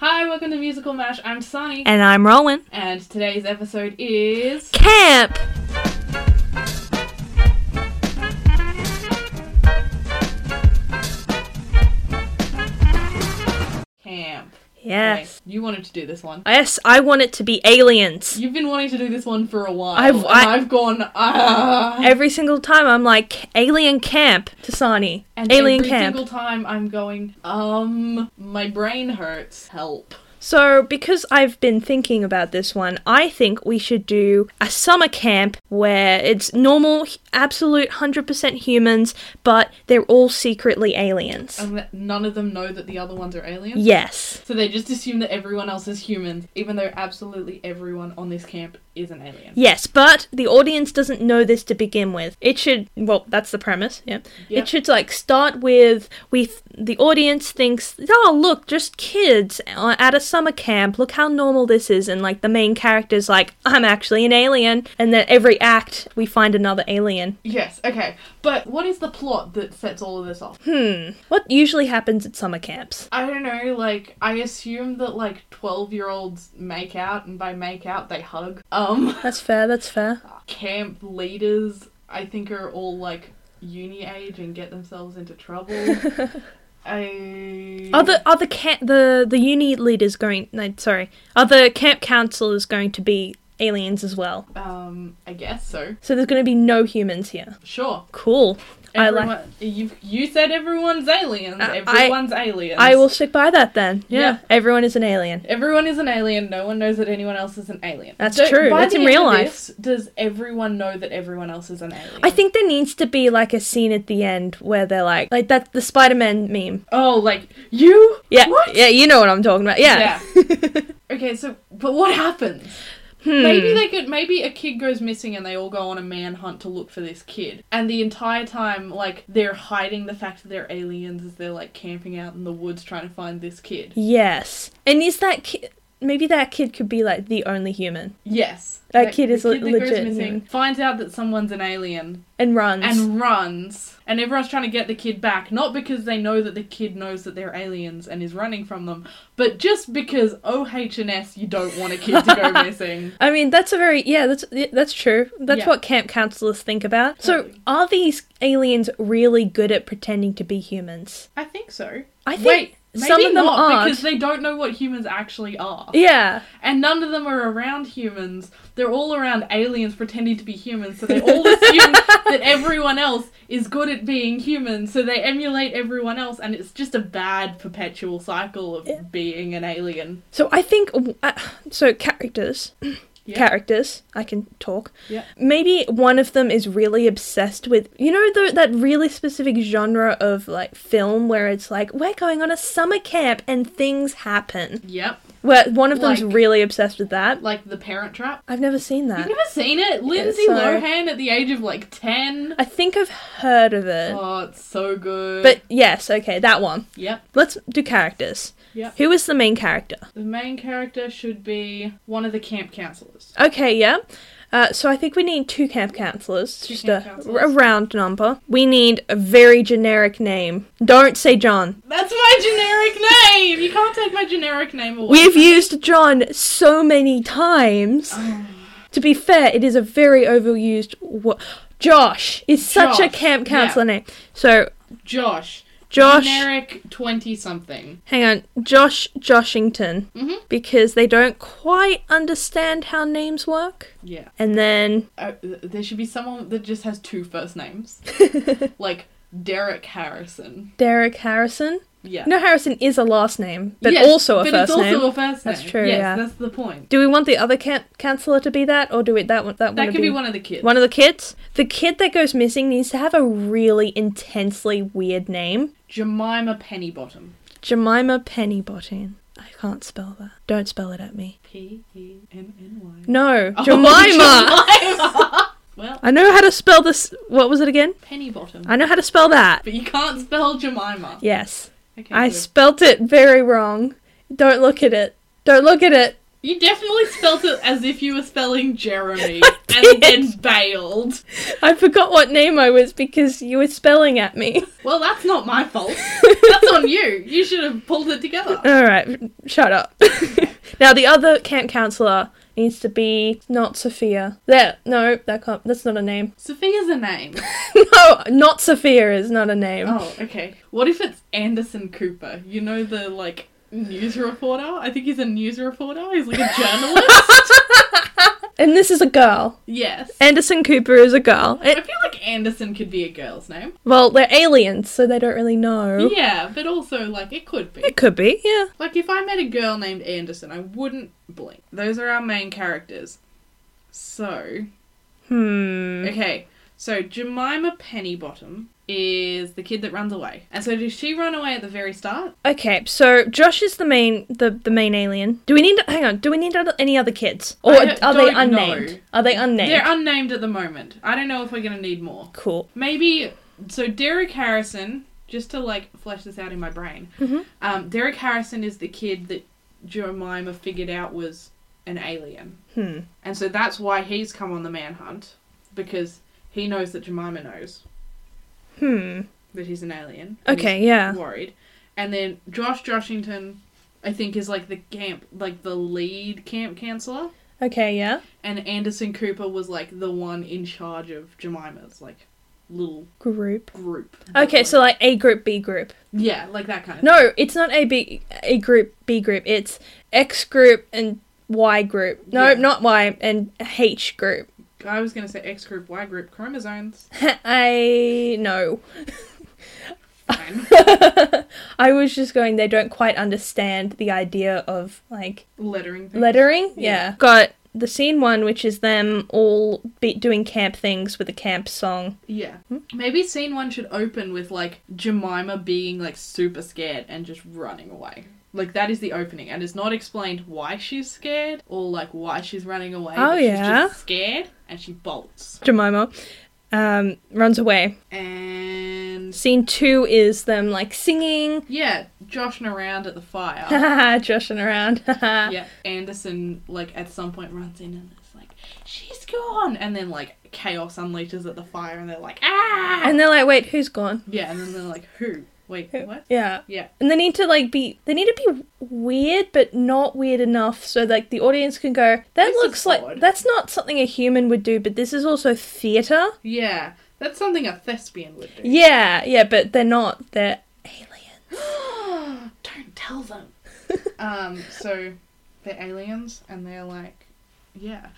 Hi, welcome to Musical Mash. I'm Sonny, And I'm Rowan. and today's episode is Camp! camp. Yes. Okay, you wanted to do this one. Yes, I want it to be aliens. You've been wanting to do this one for a while. I've- and I- I've gone. ah. Every single time I'm like, alien camp to Sani. And alien every camp. single time I'm going, um, my brain hurts. Help. So, because I've been thinking about this one, I think we should do a summer camp where it's normal, h- absolute 100% humans, but they're all secretly aliens. And that none of them know that the other ones are aliens. yes. So they just assume that everyone else is humans, even though absolutely everyone on this camp is an alien. Yes, but the audience doesn't know this to begin with. It should, well, that's the premise, yeah. Yep. It should like start with we th- the audience thinks, "Oh, look, just kids uh, at a summer camp. Look how normal this is." And like the main character's like, "I'm actually an alien." And then every act we find another alien. Yes, okay. But what is the plot that sets all of this off? What usually happens at summer camps? I don't know, like, I assume that, like, 12 year olds make out, and by make out, they hug. Um, That's fair, that's fair. camp leaders, I think, are all, like, uni age and get themselves into trouble. I. Are the are the ca- the the uni leaders going no, sorry. Are the camp counselors going to be aliens as well? Um, I guess so. So there's going to be no humans here. Sure. Cool. I like Uh, Everyone- you you said everyone's aliens. I- everyone's aliens. I will stick by that then. Yeah. Yeah. Everyone is an alien. Everyone is an alien. No one knows that anyone else is an alien. That's true. by That's the in real end of life. this, does everyone know that everyone else is an alien? I think there needs to be like a scene at the end where they're like like that the Spider Man meme. Oh, like you? Yeah. What? Yeah, you know what I'm talking about. Yeah. okay, so but what happens? Hmm. Maybe they could. Maybe a kid goes missing and they all go on a manhunt to look for this kid. And the entire time, like they're hiding the fact that they're aliens as they're like camping out in the woods trying to find this kid. yes. And is that ki- maybe that kid could be like the only human Yes, That kid is the le- legit, Goes missing, finds out that someone's an alien, and runs. and runs and everyone's trying to get the kid back not because they know that the kid knows that they're aliens and is running from them but just because ohns you don't want a kid to go missing I mean that's a very yeah that's yeah, that's true. That's Yeah. what camp counselors think about. So are these aliens really good at pretending to be humans? i think so I think wait maybe some of them not aren't. because they don't know what humans actually are Yeah. and none of them are around humans they're all around aliens pretending to be humans so they all assume that everyone else is good at being human so they emulate everyone else and it's just a bad perpetual cycle of being an alien So I think uh, so characters characters I can talk. Yeah. Maybe one of them is really obsessed with you know the, that really specific genre of like film where it's like we're going on a summer camp and things happen. yep Where one of them's Like- really obsessed with that. like the Parent Trap. I've never seen that. I've never seen it. Lindsay so- Lohan at the age of like ten. I think I've heard of it. Oh, it's so good. But yes, okay, that one. yep, Let's do characters. yep. Who is the main character? The main character should be one of the camp counselors. Okay, yeah. Uh, so I think we need two camp counselors, just camp a, counselors. a round number. We need a very generic name. Don't say John. That's my generic name. You can't take my generic name away. We've used John so many times. Oh. to be fair, it is a very overused. Wo- Josh is such a Josh, camp yeah. counselor name. So Josh. Josh. Generic 20 something. Hang on, Josh Joshington, Mm-hmm. because they don't quite understand how names work. Yeah. And then Uh, th- there should be someone that just has two first names. like Derek Harrison. Derek Harrison. Yeah. No, Harrison is a last name, but Yes, also a but first it's name. also a first name. That's true, Yes, yeah. that's the point. Do we want the other can- counselor to be that, or do we that one? That, That wanna could be one of the kids. One of the kids. The kid that goes missing needs to have a really intensely weird name. Jemima Pennybottom. Jemima Pennybottom. I can't spell that. Don't spell it at me. P E N N Y. Oh, No, Jemima. Well, I know how to spell this. What was it again? Pennybottom. I know how to spell that. But you can't spell Jemima. Yes, Okay, I good. spelt it very wrong. Don't look at it. Don't look at it. you definitely spelt it as if you were spelling Jeremy and then bailed. I forgot what name I was because you were spelling at me. Well, that's not my fault. That's on you. You should have pulled it together. All right, shut up. now the other camp counselor needs to be not Sophia. There, no, that can't. That's not a name. Sophia's a name. no, not Sophia is not a name. Oh, okay. What if it's Anderson Cooper? You know the like news reporter? I think he's a news reporter. He's like a journalist. And this is a girl. yes. Anderson Cooper is a girl. I It, feel like Anderson could be a girl's name. well, they're aliens, so they don't really know. Yeah, but also like it could be. It could be, yeah. Like if I met a girl named Anderson, I wouldn't blink. Those are our main characters. So, Hmm. okay. So Jemima Pennybottom is the kid that runs away. And so does she run away at the very start? Okay, so Josh is the main the, the main alien. Do we need hang on? Do we need other- any other kids, or I don't- are they don't know. unnamed? Are they unnamed? They're unnamed at the moment. I don't know if we're going to need more. cool. Maybe so Derek Harrison, just to like flesh this out in my brain. Mm-hmm. Um, Derek Harrison is the kid that Jemima figured out was an alien. Hmm. And so that's why he's come on the manhunt because he knows that Jemima knows Hmm. that he's an alien. and Okay, he's yeah. Worried. And then Josh Joshington, I think, is like the camp, like the lead camp counselor. Okay, yeah. And Anderson Cooper was like the one in charge of Jemima's like little Group. group. Okay, so like A group, B group. Yeah, like that kind of No, it's not A B A group B group. It's X group and Y group. No, Yeah. not Y and H group. thing. I was going to say X group, Y group, chromosomes. I no. Fine. I was just going. They don't quite understand the idea of like Lettering. thing. lettering. Yeah. Got the scene one, which is them all be- doing camp things with a camp song. Yeah. Hmm? Maybe scene one should open with like Jemima being like super scared and just running away. Like that is the opening, and it's not explained why she's scared or like why she's running away. Oh, but yeah. she's just scared and she bolts. Jemima um, runs away. And Scene two is them like singing, yeah, joshing around at the fire. joshing around. yeah, Anderson like at some point runs in and is like, "She's gone," and then like chaos unleashes at the fire, and they're like, "Ah!" And they're like, wait, who's gone? yeah, and then they're like, "Who? Wait, what?" Yeah. Yeah. And they need to like be they need to be weird but not weird enough so like the audience can go that This is looks like odd." that's not something a human would do but this is also theater. Yeah, that's something a thespian would do. Yeah, yeah, but they're not they're aliens. Don't tell them. um, so they're aliens and they're like, yeah.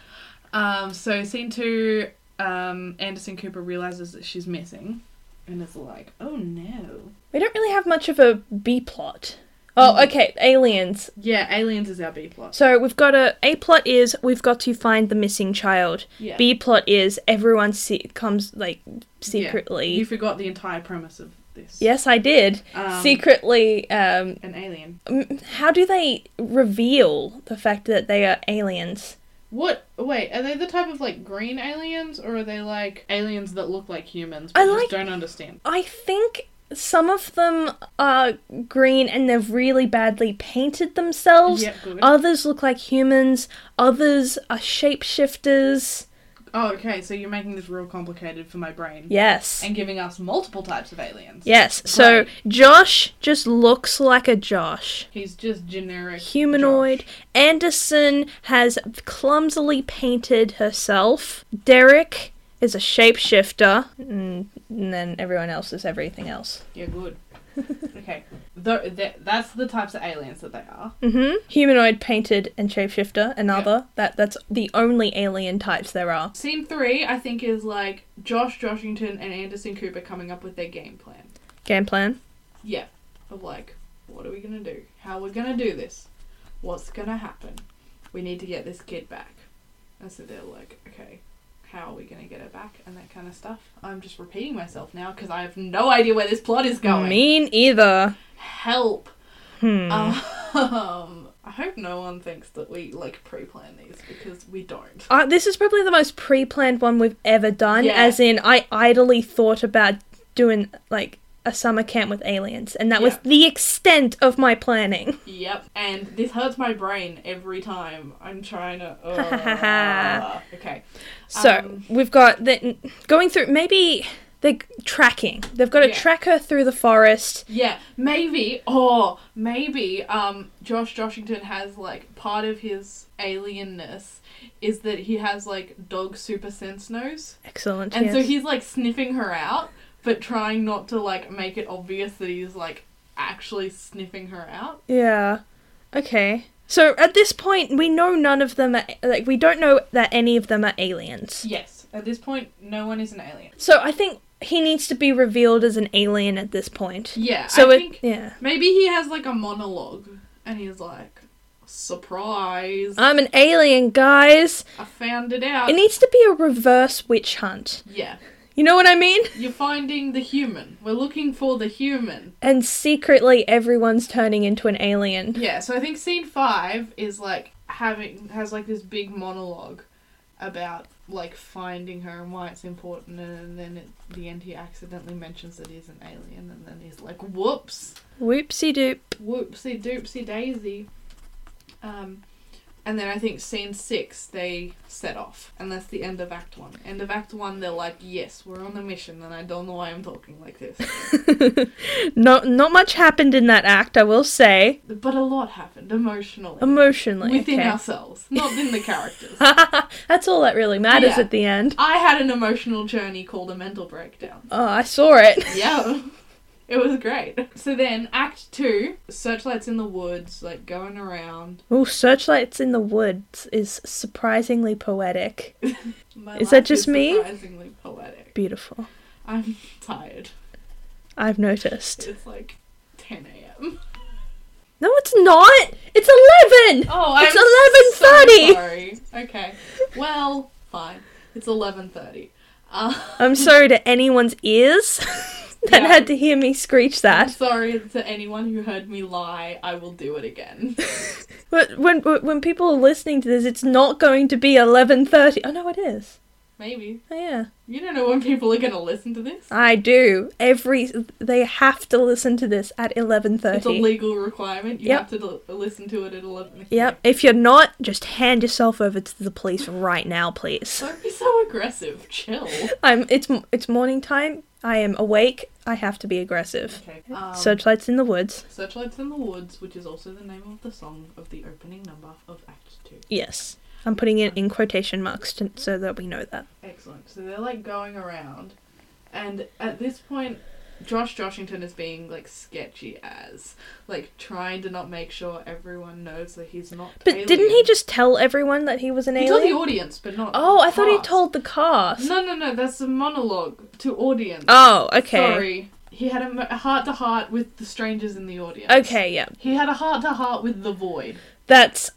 Um, so scene two, um, Anderson Cooper realizes that she's missing and is like, oh no. We don't really have much of a B plot. Oh, Mm. okay, aliens. Yeah, aliens is our B plot. So we've got a A plot is we've got to find the missing child. Yeah. B plot is everyone se- comes like Yeah. secretly. You forgot the entire premise of this. Yes, I did. Um, secretly um An alien. Mm, How do they reveal the fact that they are aliens? What? Wait, are they the type of like green aliens or are they like aliens that look like humans but I just like- don't understand? I think some of them are green and they've really badly painted themselves. Yeah, good. Others look like humans. Others are shapeshifters. Oh, okay, so you're making this real complicated for my brain. Yes. And giving us multiple types of aliens. yes. So Right. Josh just looks like a Josh. He's just generic. Humanoid. Josh. Anderson has clumsily painted herself. Derek Mm, is a shapeshifter. And and then everyone else is everything else. Yeah, good. Okay. Th th that's the types of aliens that they are. Humanoid, painted, and shapeshifter. Another that that's the only alien types there are. Scene three, I think, is like Josh Joshington and Anderson Cooper coming up with their game plan. Game plan. Yeah. Of like, what are we gonna do? How we're gonna do this? What's gonna happen? We need to get this kid back. And so they're like, okay, how are we gonna get her back? And that kind of stuff. I'm just repeating myself now because I have no idea where this plot is going. Mean either. Help. Um, I hope no one thinks that we like pre-plan these because we don't. Uh, this is probably the most pre-planned one we've ever done. Yeah. As in, I idly thought about doing like a summer camp with aliens, and that was Yeah. the extent of my planning. Yep. And this hurts my brain every time I'm trying to. Uh, okay. So Um, we've got the, going through maybe they're tracking. They've got to Yeah. track her through the forest. Yeah, maybe, or maybe, um, Josh Joshington has, like, part of his alienness is that he has, like, dog super sense nose. Excellent. And so yes. he's, like, sniffing her out, but trying not to, like, make it obvious that he's, like, actually sniffing her out. Yeah. Okay. So at this point, we know none of them are like we don't know that any of them are aliens. Yes, at this point, no one is an alien. So I think he needs to be revealed as an alien at this point. Yeah, So I it, think yeah. maybe he has, like, a monologue, and he's like, surprise, I'm an alien, guys. I found it out. It needs to be a reverse witch hunt. yeah. You know what I mean? You're finding the human. We're looking for the human. And secretly, everyone's turning into an alien. Yeah, so I think scene five is like having has like this big monologue about like finding her and why it's important, and then at the end he accidentally mentions that he's an alien, and then he's like, "Whoops, Whoopsie doop. whoopsie doopsie daisy." Um, and then I think scene six they set off, and that's the end of Act One. End of Act One, they're like, "Yes, we're on a mission," and I don't know why I'm talking like this, No, not much happened in that act, I will say. but a lot happened emotionally. Emotionally, Within okay. ourselves, not in the characters. That's all that really matters Yeah. at the end. I had an emotional journey called a mental breakdown. Oh, I saw it. Yeah. It was great. So then, Act 2, Searchlight's in the woods, like going around. Oh, searchlights in the woods is surprisingly poetic. My Is that life just me? Surprisingly poetic. Beautiful. I'm tired. I've noticed. It's like 10 a.m. No, it's not. It's eleven. Oh, I'm it's so eleven thirty. sorry. Okay. Well, fine. It's 11.30. Uh, I'm sorry to anyone's ears that Yeah. had to hear me screech that. sorry to anyone who heard me lie. I will do it again. But when when when people are listening to this, it's not going to be eleven thirty. Oh no, it is. Maybe. Oh, yeah, You don't know when people are going to listen to this. I do. Every they have to listen to this at eleven It's a thirty. legal requirement. You Yep. have to l- listen to it at 11. Yep. If you're not, just hand yourself over to the police right now, please. Don't be so aggressive. Chill. I'm. It's it's morning time. I am awake. I have to be aggressive. Okay. Um, Searchlights in the woods. Searchlights in the Woods, which is also the name of the song of the opening number of Act 2. Yes, I'm putting it in quotation marks to, so that we know that. Excellent. So they're like going around, and at this point, Josh Joshington is being like sketchy as, like trying to not make sure everyone knows that he's not. But didn't he alien. just tell everyone that he was an He alien? told the audience, but not. oh, I thought he cast. told the cast. No, no, no. That's a monologue to audience. Oh, okay. Sorry. He had a mo- a heart to heart with the strangers in the audience. Okay, yeah, He had a heart to heart with the void. that's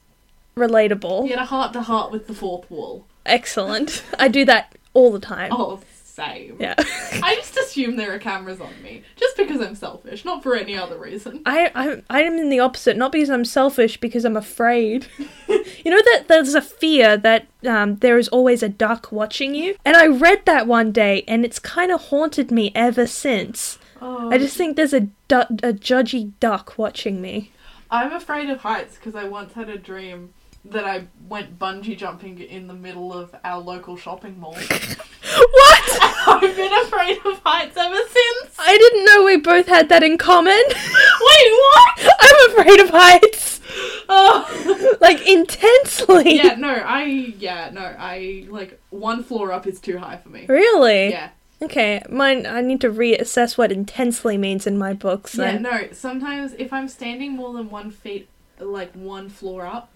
relatable. He had a heart to heart with the fourth wall. Excellent. I do that all the time. Oh, same. Yeah. I just assume there are cameras on me, just because I'm selfish, not for any other reason. I, I I am in the opposite, not because I'm selfish, because I'm afraid. you know that there's a fear that um, there is always a duck watching you, and I read that one day, and it's kind of haunted me ever since. Oh. I just think there's a du- a judgy duck watching me. I'm afraid of heights because I once had a dream that I went bungee jumping in the middle of our local shopping mall. What? I've been afraid of heights ever since. I didn't know we both had that in common. Wait, what? I'm afraid of heights, Oh. like intensely. yeah, no, I yeah, no, I like one floor up is too high for me. Really? Yeah. Okay, mine. I need to reassess what intensely means in my books. Yeah, then. no. Sometimes if I'm standing more than one feet, like one floor up,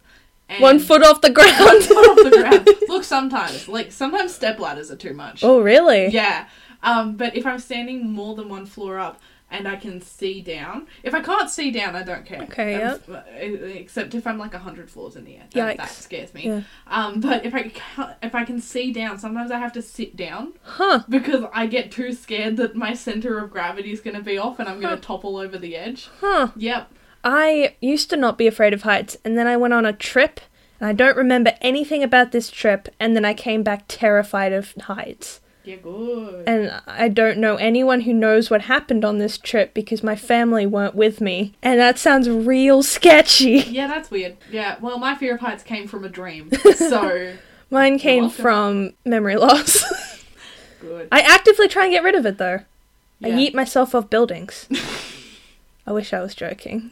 and One foot off the one ground. foot off the ground. Look, sometimes like sometimes step ladders are too much. oh, really? Yeah. Um, but if I'm standing more than one floor up and I can see down, if I can't see down, I don't care. Okay, Um, Except if I'm like hundred floors in the air, Yikes. that, that scares me. Yeah. Um, but if I can if I can see down, sometimes I have to sit down Huh. because I get too scared that my center of gravity is going to be off and I'm going to topple over the edge. Huh. Yep. I used to not be afraid of heights, and then I went on a trip, and I don't remember anything about this trip, and then I came back terrified of heights. Yeah, good. And I don't know anyone who knows what happened on this trip because my family weren't with me. And that sounds real sketchy. Yeah, that's weird. Yeah. Well, my fear of heights came from a dream, so Mine came welcome. from memory loss. good. I actively try and get rid of it though. I Yeah. yeet myself off buildings. I wish I was joking.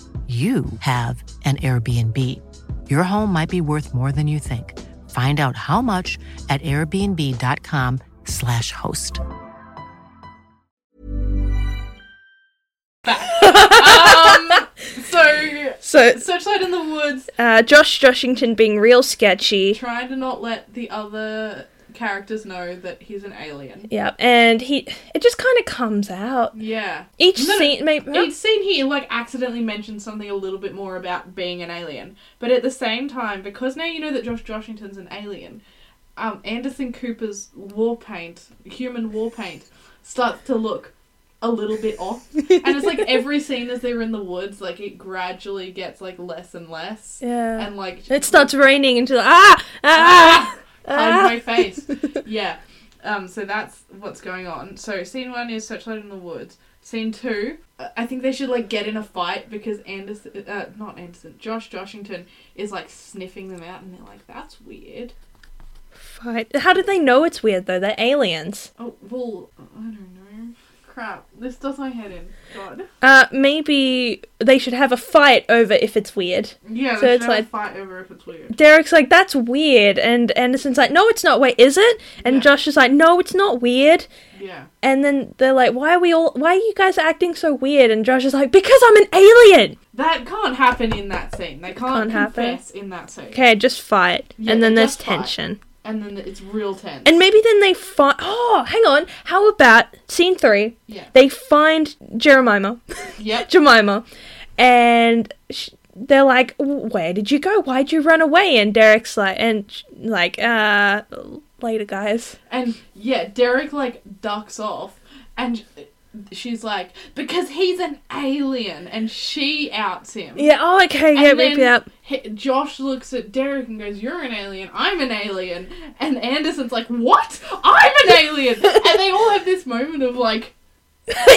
you have an Airbnb. Your home might be worth more than you think. Find out how much at airbnb.com/slash host. So, So, Searchlight in the Woods, uh, Josh Joshington being real sketchy. trying to not let the other characters know that he's an alien. Yeah, and he. It just kind of comes out. Yeah. Each No, no, scene. May, Each scene he like accidentally mentions something a little bit more about being an alien, but at the same time, because now you know that Josh Joshington's an alien, um, Anderson Cooper's war paint, human war paint, starts to look a little bit off, and it's like every scene as they're in the woods, like it gradually gets like less and less, Yeah. and like it starts raining into the. Ah! Ah! hide my face. yeah. Um, so that's what's going on. So scene one is Searchlight in the Woods. Scene two, uh, I think they should like get in a fight because Anderson, uh, not Anderson, Josh Joshington is like sniffing them out, and they're like, "That's weird." Fight. How do they know it's weird though? They're aliens. Oh well, I don't know. Crap, this does my head in. God. Uh, maybe they should have a fight over if it's weird. Yeah. So they it's should have a like- fight over if it's weird. Derek's like, that's weird. And Anderson's like, no, it's not. Wait, is it? And Josh is like, no, it's not weird. Yeah. And then they're like, why are we all, why are you guys acting so weird? And Josh is like, because I'm an alien. That can't happen in that scene. They can't, Can't happen. confess in that scene. Okay, just fight. Yeah, and then they there's just fight. tension. And then it's real tense. And maybe then they find, oh, hang on. How about scene three? Yeah. They find Jeremiah. Yep. Jemima, and sh they're like, "Where did you go? Why'd you run away?" And Derek's like, and sh- like, uh, later, guys. And yeah, Derek like ducks off, and she's like, because he's an alien, and she outs him. Yeah. Oh, okay. Yeah. And Yep. then Yep. he- Josh looks at Derek and goes, "You're an alien. I'm an alien." And Anderson's like, "What? I'm an alien!" and they all have this moment of like,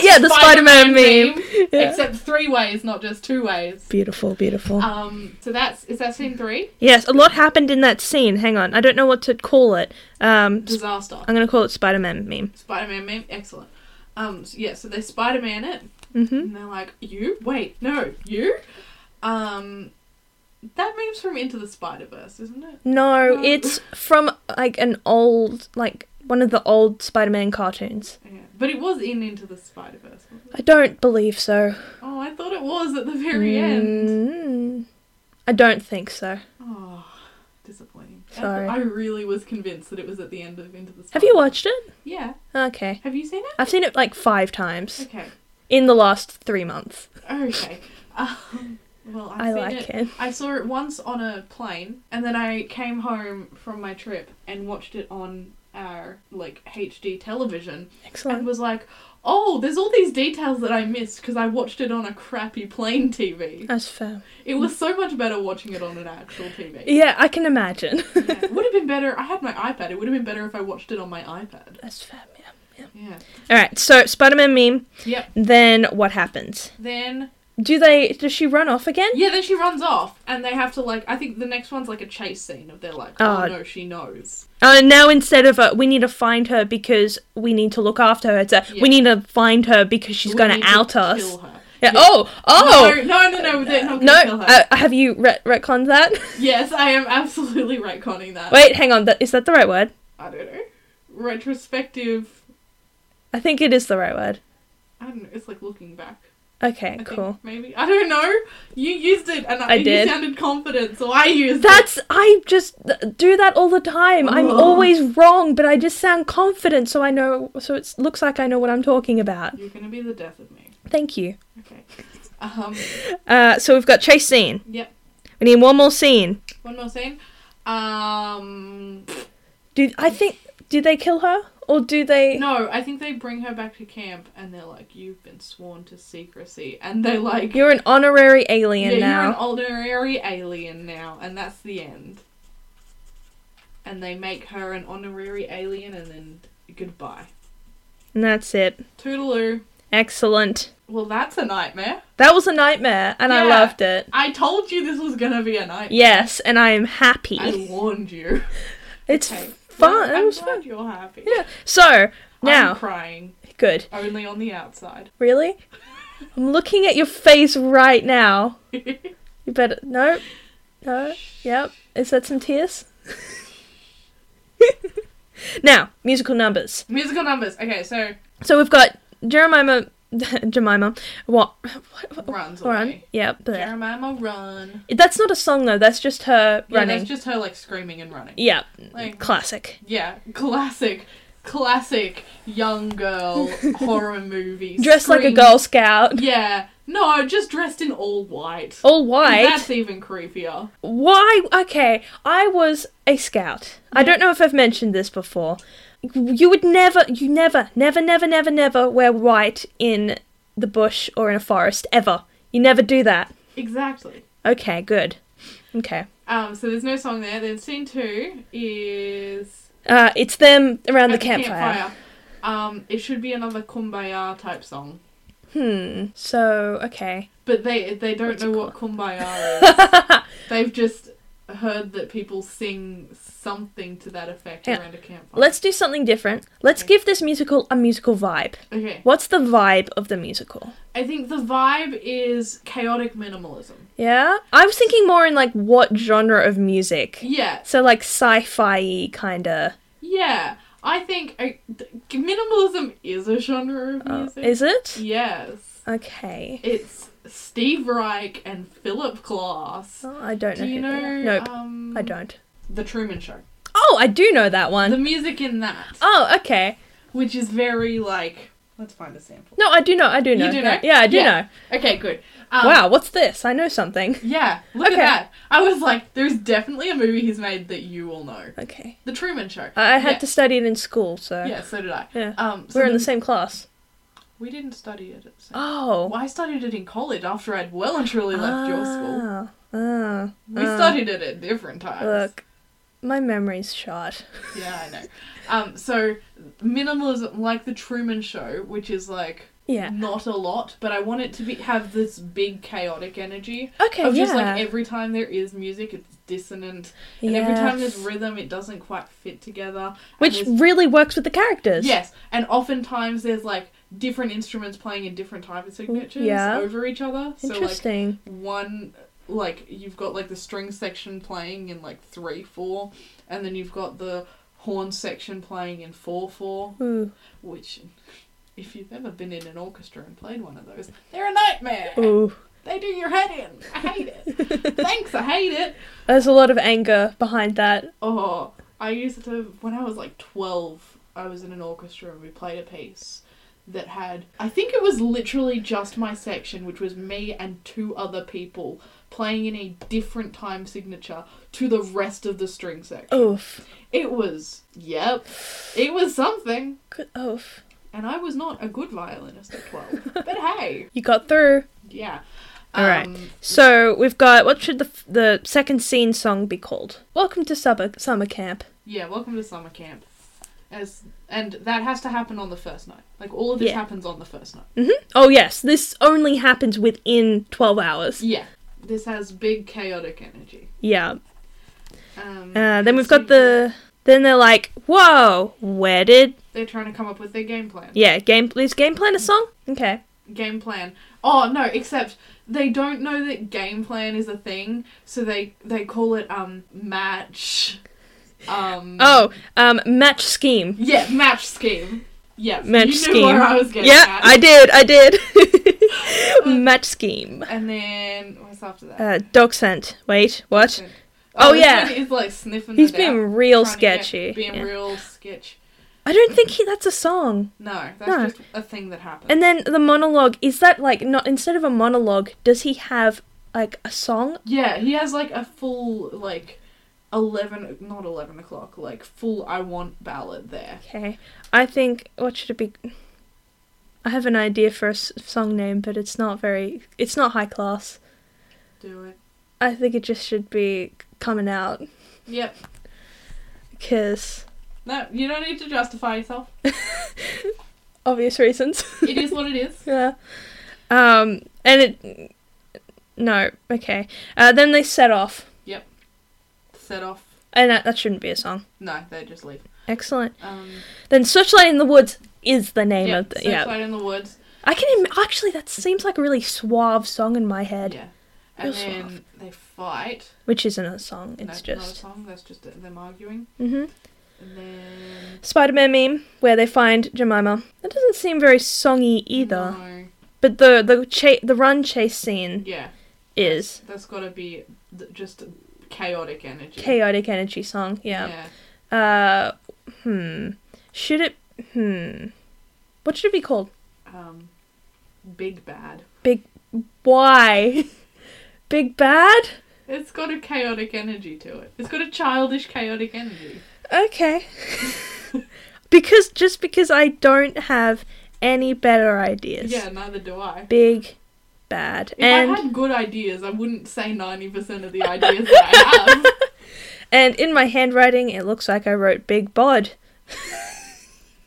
yeah, the Spider-Man, meme. Yeah. except three ways, not just two ways. Beautiful. Beautiful. Um, so that's is that scene three? Yes, a lot happened in that scene. Hang on, I don't know what to call it. Um, sp- Disaster. I'm gonna call it Spider-Man meme. Spider-Man meme, excellent. Um, so yeah, so they Spider-Man it, Mm-hmm. and they're like, "You? Wait, no, you." Um, that meme's from Into the Spider Verse, isn't it? No, it's from like an old, like one of the old Spider-Man cartoons. Yeah, but it was in Into the Spider Verse. I don't believe so. Oh, I thought it was at the very end. Mm, I don't think so. Oh, disappointing. I- Sorry. I, really was convinced that it was at the end of Into the Spider. Have you watched it? Yeah. Okay. Have you seen it? I've seen it like five times Okay. in the last three months. Okay. Um, well, I've I seen like it. it. I saw it once on a plane, and then I came home from my trip and watched it on our like HD television, and Excellent. was like, "Oh, there's all these details that I missed because I watched it on a crappy plane TV." That's fair. It was so much better watching it on an actual TV. Yeah, I can imagine. It would have been better. I had my iPad. It would have been better if I watched it on my iPad. That's fair. Yeah. yeah. Yeah. All right. So Spider-Man meme. Yep. Then what happens? Then Do they? Does she run off again? yeah, then she runs off, and they have to like. I think the next one's like a chase scene of they're like, oh, Oh. no, she knows. Uh, now instead of uh, we need to find her because we need to look after her, it's a, Yeah. we need to find her because she's We going need to out us. Kill her. Yeah. Oh, oh. No, no, no, no. They're not No, gonna kill her. uh, have you ret- retconned that? yes, I am absolutely retconning that. Wait, hang on. That, is that the right word? I don't know. Retrospective. I think it is the right word. I don't know. It's like looking back. Okay, I think, cool. Maybe I don't know. You used it, and I you did. sounded confident, so I used it. That's I just th- do that all the time. I'm Ugh. always wrong, but I just sound confident, so I know. So it looks like I know what I'm talking about. You're gonna be the death of me. Thank you. Mm. Okay. Um. Uh, so we've got chase scene. Yep. We need one more scene. One more scene. Um. Do I think? Do they kill her or do they? No, I think they bring her back to camp, and they're like, "You've been sworn to secrecy," and they like, You're an honorary alien yeah, now. you're an honorary alien now, and that's the end. And they make her an honorary alien, and then goodbye. and that's it. Toodaloo. Excellent. Well, that's a nightmare. That was a nightmare, and I Yeah. loved it. I told you this was gonna be a nightmare. Yes, and I am happy. I warned you. it's Okay. fun. Well, it I'm was glad fun. you're happy. Yeah. So I'm now, crying good. only on the outside. Really? I'm looking at your face right now. You better. No. No. Yep. Is that some tears? now, musical numbers. Musical numbers. Okay, so So we've got Jeremiah. Jemima. What? what, what runs run. away. Yep. bleh. Jeremiah run. That's not a song though. That's just her Yeah, running. that's just her like screaming and running. Yeah, Like- classic. Yeah, classic, classic young girl horror movie. Dressed like a scream- Girl Scout. Yeah, no, just dressed in all white. All white. That's even creepier. Why? Okay, I was a scout. I don't know if I've mentioned this before. You would never, you never, never, never, never, never wear white in the bush or in a forest ever. You never do that. Exactly. Okay, good. Okay. Um, so there's no song there. Then scene two is Uh, it's them around the at campfire. Um, it should be another kumbaya type song, Hmm. So okay. but they they don't know what kumbaya is. They've just heard that people sing something to that effect Yeah. around a campfire. Let's do something different. Let's give this musical a musical vibe. okay. What's the vibe of the musical? I think the vibe is chaotic minimalism. Yeah, I was thinking more in like what genre of music. Yeah, So like sci-fi kind of. yeah. I think I, th- minimalism is a genre of music. Oh, Uh, Is it? Yes. Okay. It's Steve Reich and Philip Glass. Oh, I don't know. Do you who they are. know? Nope. Um, I don't. The Truman Show. Oh, I do know that one. The music in that, Oh, okay. which is very like Let's find a sample. No, I do know. I do know. You do know? Yeah, I do know. Okay, good. know. Um, wow, what's this? I know something. Yeah, look Okay. at that. I was like, there's definitely a movie he's made that you all know. Okay. The Truman Show. Uh, I I had Yeah. to study it in school, so. Yeah, so did I. Yeah. Um, so We're in the then- same class. We didn't study it at the same Oh. Well, I studied it in college after I'd well and truly left your school. Ah, ah, We ah. studied it at different times. Look, my memory's shot. Yeah, I know. Um, so minimalism, like the Truman Show, which is like Yeah. not a lot, but I want it to be have this big chaotic energy. Okay, of just like yeah. every time there is music, it's dissonant, and every time there's Yes. rhythm, it doesn't quite fit together. Which and there's- really works with the characters. Yes, and oftentimes there's like different instruments playing in different time signatures yeah. over each other. So like Interesting. one like you've got like the string section playing in like three four, and then you've got the horn section playing in four four, Ooh. which if you've ever been in an orchestra and played one of those, they're a nightmare. Ooh. They do your head in. I hate it. Thanks, I hate it. There's a lot of anger behind that. Oh, I used to when I was like twelve. I was in an orchestra and we played a piece that had I think it was literally just my section, which was me and two other people playing in a different time signature to the rest of the string section. Oof. It was yep, it was something, Good oof. and I was not a good violinist at twelve. but hey, You got through. yeah. All right. Um, So we've got what should the f- the second scene song be called? Welcome to summer summer camp. Yeah, welcome to summer camp. As and that has to happen on the first night. Like all of this Yeah. happens on the first night. Oh yes, this only happens within twelve hours. Yeah. This has big chaotic energy. Yeah. Um, Uh, then we've it's- got the. Then they're like, "Whoa, where did?" They're trying to come up with their game plan. Yeah, game. Is game plan a song? Okay. Game plan. Oh no! Except they don't know that game plan is a thing, so they they call it um match. Um. Oh, um, match scheme. Yeah, match scheme. Yeah. Match you knew scheme. Where I was getting yeah, at. I did. I did. match scheme. And then what's after that? Uh, dog scent. Wait, what? Good. Oh, this yeah. one is, like sniffing. He's it being out, real trying to get- sketchy, being yeah. real sketch. I don't think he. That's a song. No, that's No. just a thing that happens. And then the monologue. Is that like not instead of a monologue? Does he have like a song? yeah, he has like a full like eleven, not eleven o'clock, like full I want ballad there. Okay. I think what should it be? I have an idea for a s- song name, but it's not very. It's not high class. Do it. I think it just should be coming out Yep. because No, you don't need to justify yourself. obvious reasons. It is what it is. yeah. Um. And it. No. Okay. Uh, then they set off, Yep. Set off. and that, that shouldn't be a song. No, they just leave. Excellent. Um, Then Searchlight in the Woods is the name yeah, of the yeah. Searchlight in the woods. I can Im- actually that seems like a really suave song in my head, Yeah. And Real then soft. they fight. which isn't a song. It's no, not a just song. That's just them arguing. Mhm. And then Spider-Man meme where they find Jemima. That doesn't seem very songy either. No. But the the cha- the run chase scene Yeah, is that's got to be th- just chaotic energy. chaotic energy song. Yeah. Yeah. Uh, hmm. Should it? Hmm. What should it be called? Um, big bad. Big. Why? Big bad. It's got a chaotic energy to it. It's got a childish chaotic energy. Okay. because just because I don't have any better ideas. Yeah, neither do I. Big bad. If and I had good ideas, I wouldn't say 90% of the ideas that I have. and in my handwriting it looks like I wrote big bod.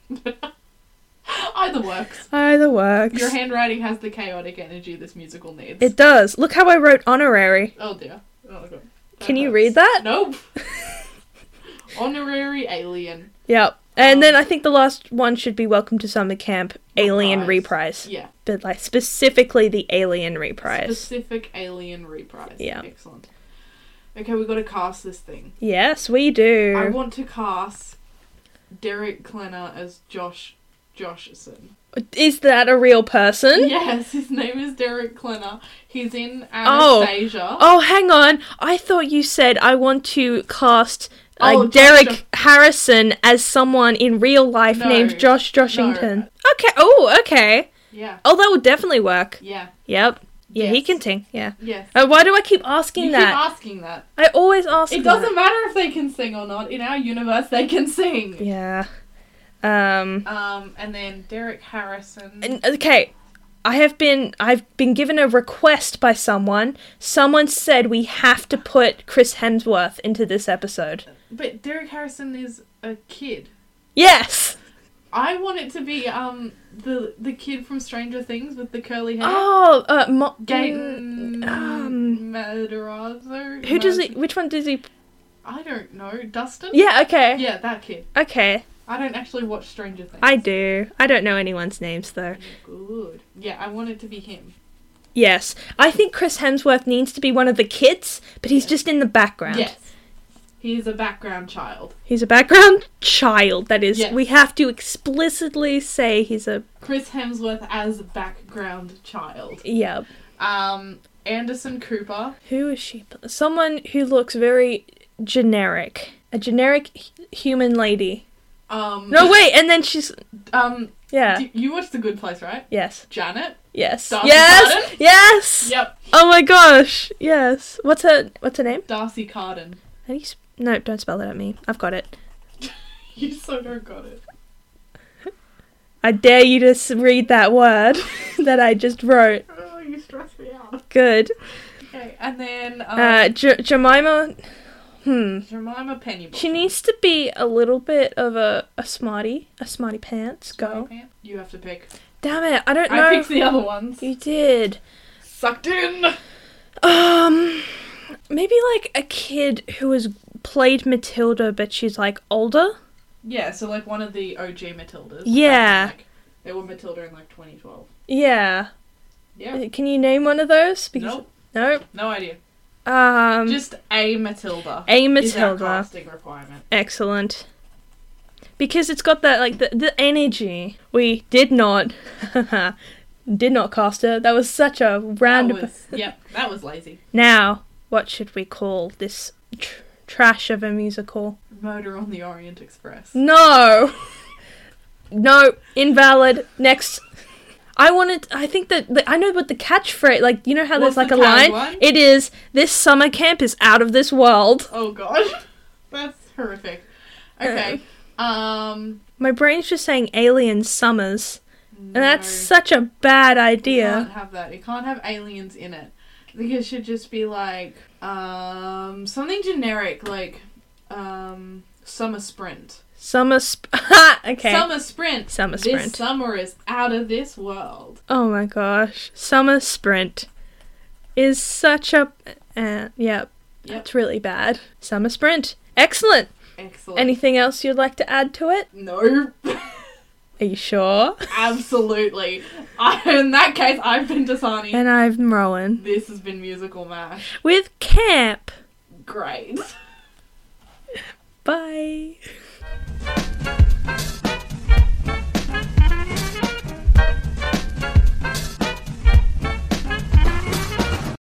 Either works. Either works. Your handwriting has the chaotic energy this musical needs. it does. Look how I wrote honorary. oh dear. Oh, God. That Can you hurts. read that? Nope. Honorary alien. Yep. Oh. And then I think the last one should be Welcome to Summer Camp Alien Reprise. Yeah. But like specifically the Alien Reprise. Specific alien reprise. Yeah. Excellent. Okay, we've got to cast this thing. yes, we do. I want to cast Derek Klenner as Josh Josherson. Is that a real person? Yes, his name is Derek Klenner. He's in Oh. Anastasia. Oh, hang on. I thought you said I want to cast like Oh, Josh Derek Josh- Harrison as someone in real life No. named Josh Joshington. Okay. Oh, okay. Yeah. Oh, that would definitely work. Yeah. Yep. Yeah, he can sing. Yeah. Yes. Uh, why do I keep asking You that? keep asking that. I always ask. It doesn't matter if they can sing or not. In our universe, they can sing. matter. Yeah. Um. Um, and then Derek Harrison. And- uh, okay i have been i've been given a request by someone someone said we have to put chris hemsworth into this episode But Derek Harrison is a kid. yes I want it to be um the the kid from Stranger Things with the curly hair. oh uh Mo- Gaten um Matarazzo. who does he which one does he I don't know. Dustin. Yeah, okay. Yeah, that kid. okay I don't actually watch Stranger Things. i do i don't know anyone's names though Good. Yeah, I want it to be him. yes i think chris hemsworth needs to be one of the kids but he's just in the background Yes. He is a background child. he's a background child that is Yes. we have to explicitly say he's a Chris Hemsworth as background child. yeah Um, Anderson Cooper. Who is she? Someone who looks very generic. A generic hu- human lady. Um, No, wait, and then she's. Um, Yeah. d- you watched The Good Place, right? Yes. Janet. Yes. Darcy yes! Carden? Yes! Yep. Oh my gosh! Yes. What's her What's her name? Darcy Carden. How do you sp- no, don't spell it at me. I've got it. You so don't got it. I dare you to s- read that word that I just wrote. Oh, you stress me out. Good. Okay, and then um, Uh, J- Jemima. Hmm. Jemima Penny. She needs to be a little bit of a, a smarty, a smarty pants girl. You have to pick. Damn it! I don't know. I picked the other ones. You did. Sucked in. Um, maybe like a kid who has played Matilda, but she's like older. Yeah, so like one of the OG Matildas. Yeah. Back in, Like, they were Matilda in like 2012. Yeah. Yeah. Uh, Can you name one of those? Nope. Nope. No idea. Um. Just a Matilda. A is our Matilda. casting requirement. excellent. Because it's got that like the the energy. We did not, did not cast her. That was such a That roundabout. was, yep, that was lazy. Now, what should we call this tr- trash of a musical? Murder on the Orient Express. No. no, invalid. Next. I wanted. I think that the, I know what the catchphrase. Like you know how What's there's like the a line. catty one? It is this summer camp is out of this world. Oh god. That's horrific. Uh, Okay. Um My brain's just saying alien summers, and that's No. such a bad can't idea. have that. It can't have aliens in it. I think it should just be like um something generic like um summer sprint. Summer. Sp- Ha! okay. Summer sprint. Summer This Sprint. summer is out of this world. Oh my gosh, summer sprint is such a. Uh, yeah, that's really bad. Summer sprint. Excellent. Excellent. Anything else you'd like to add to it? no. Are you sure? Absolutely. I, in that case, I've been Dasani. And I'm Rowan. this has been Musical Mash. With Camp. Great. Bye.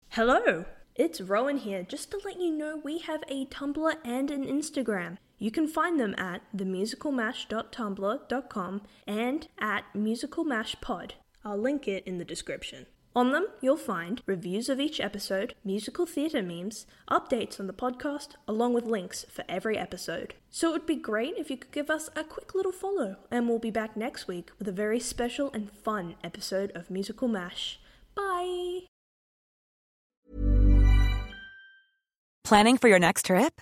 Hello, it's Rowan here. Just to let you know, we have a Tumblr and an Instagram. You can find them at themusicalmash.tumblr.com and at musicalmashpod. I'll link it in the description. On them, you'll find reviews of each episode, musical theatre memes, updates on the podcast, along with links for every episode. So it would be great if you could give us a quick little follow, and we'll be back next week with a very special and fun episode of Musical Mash. Bye! Planning for your next trip?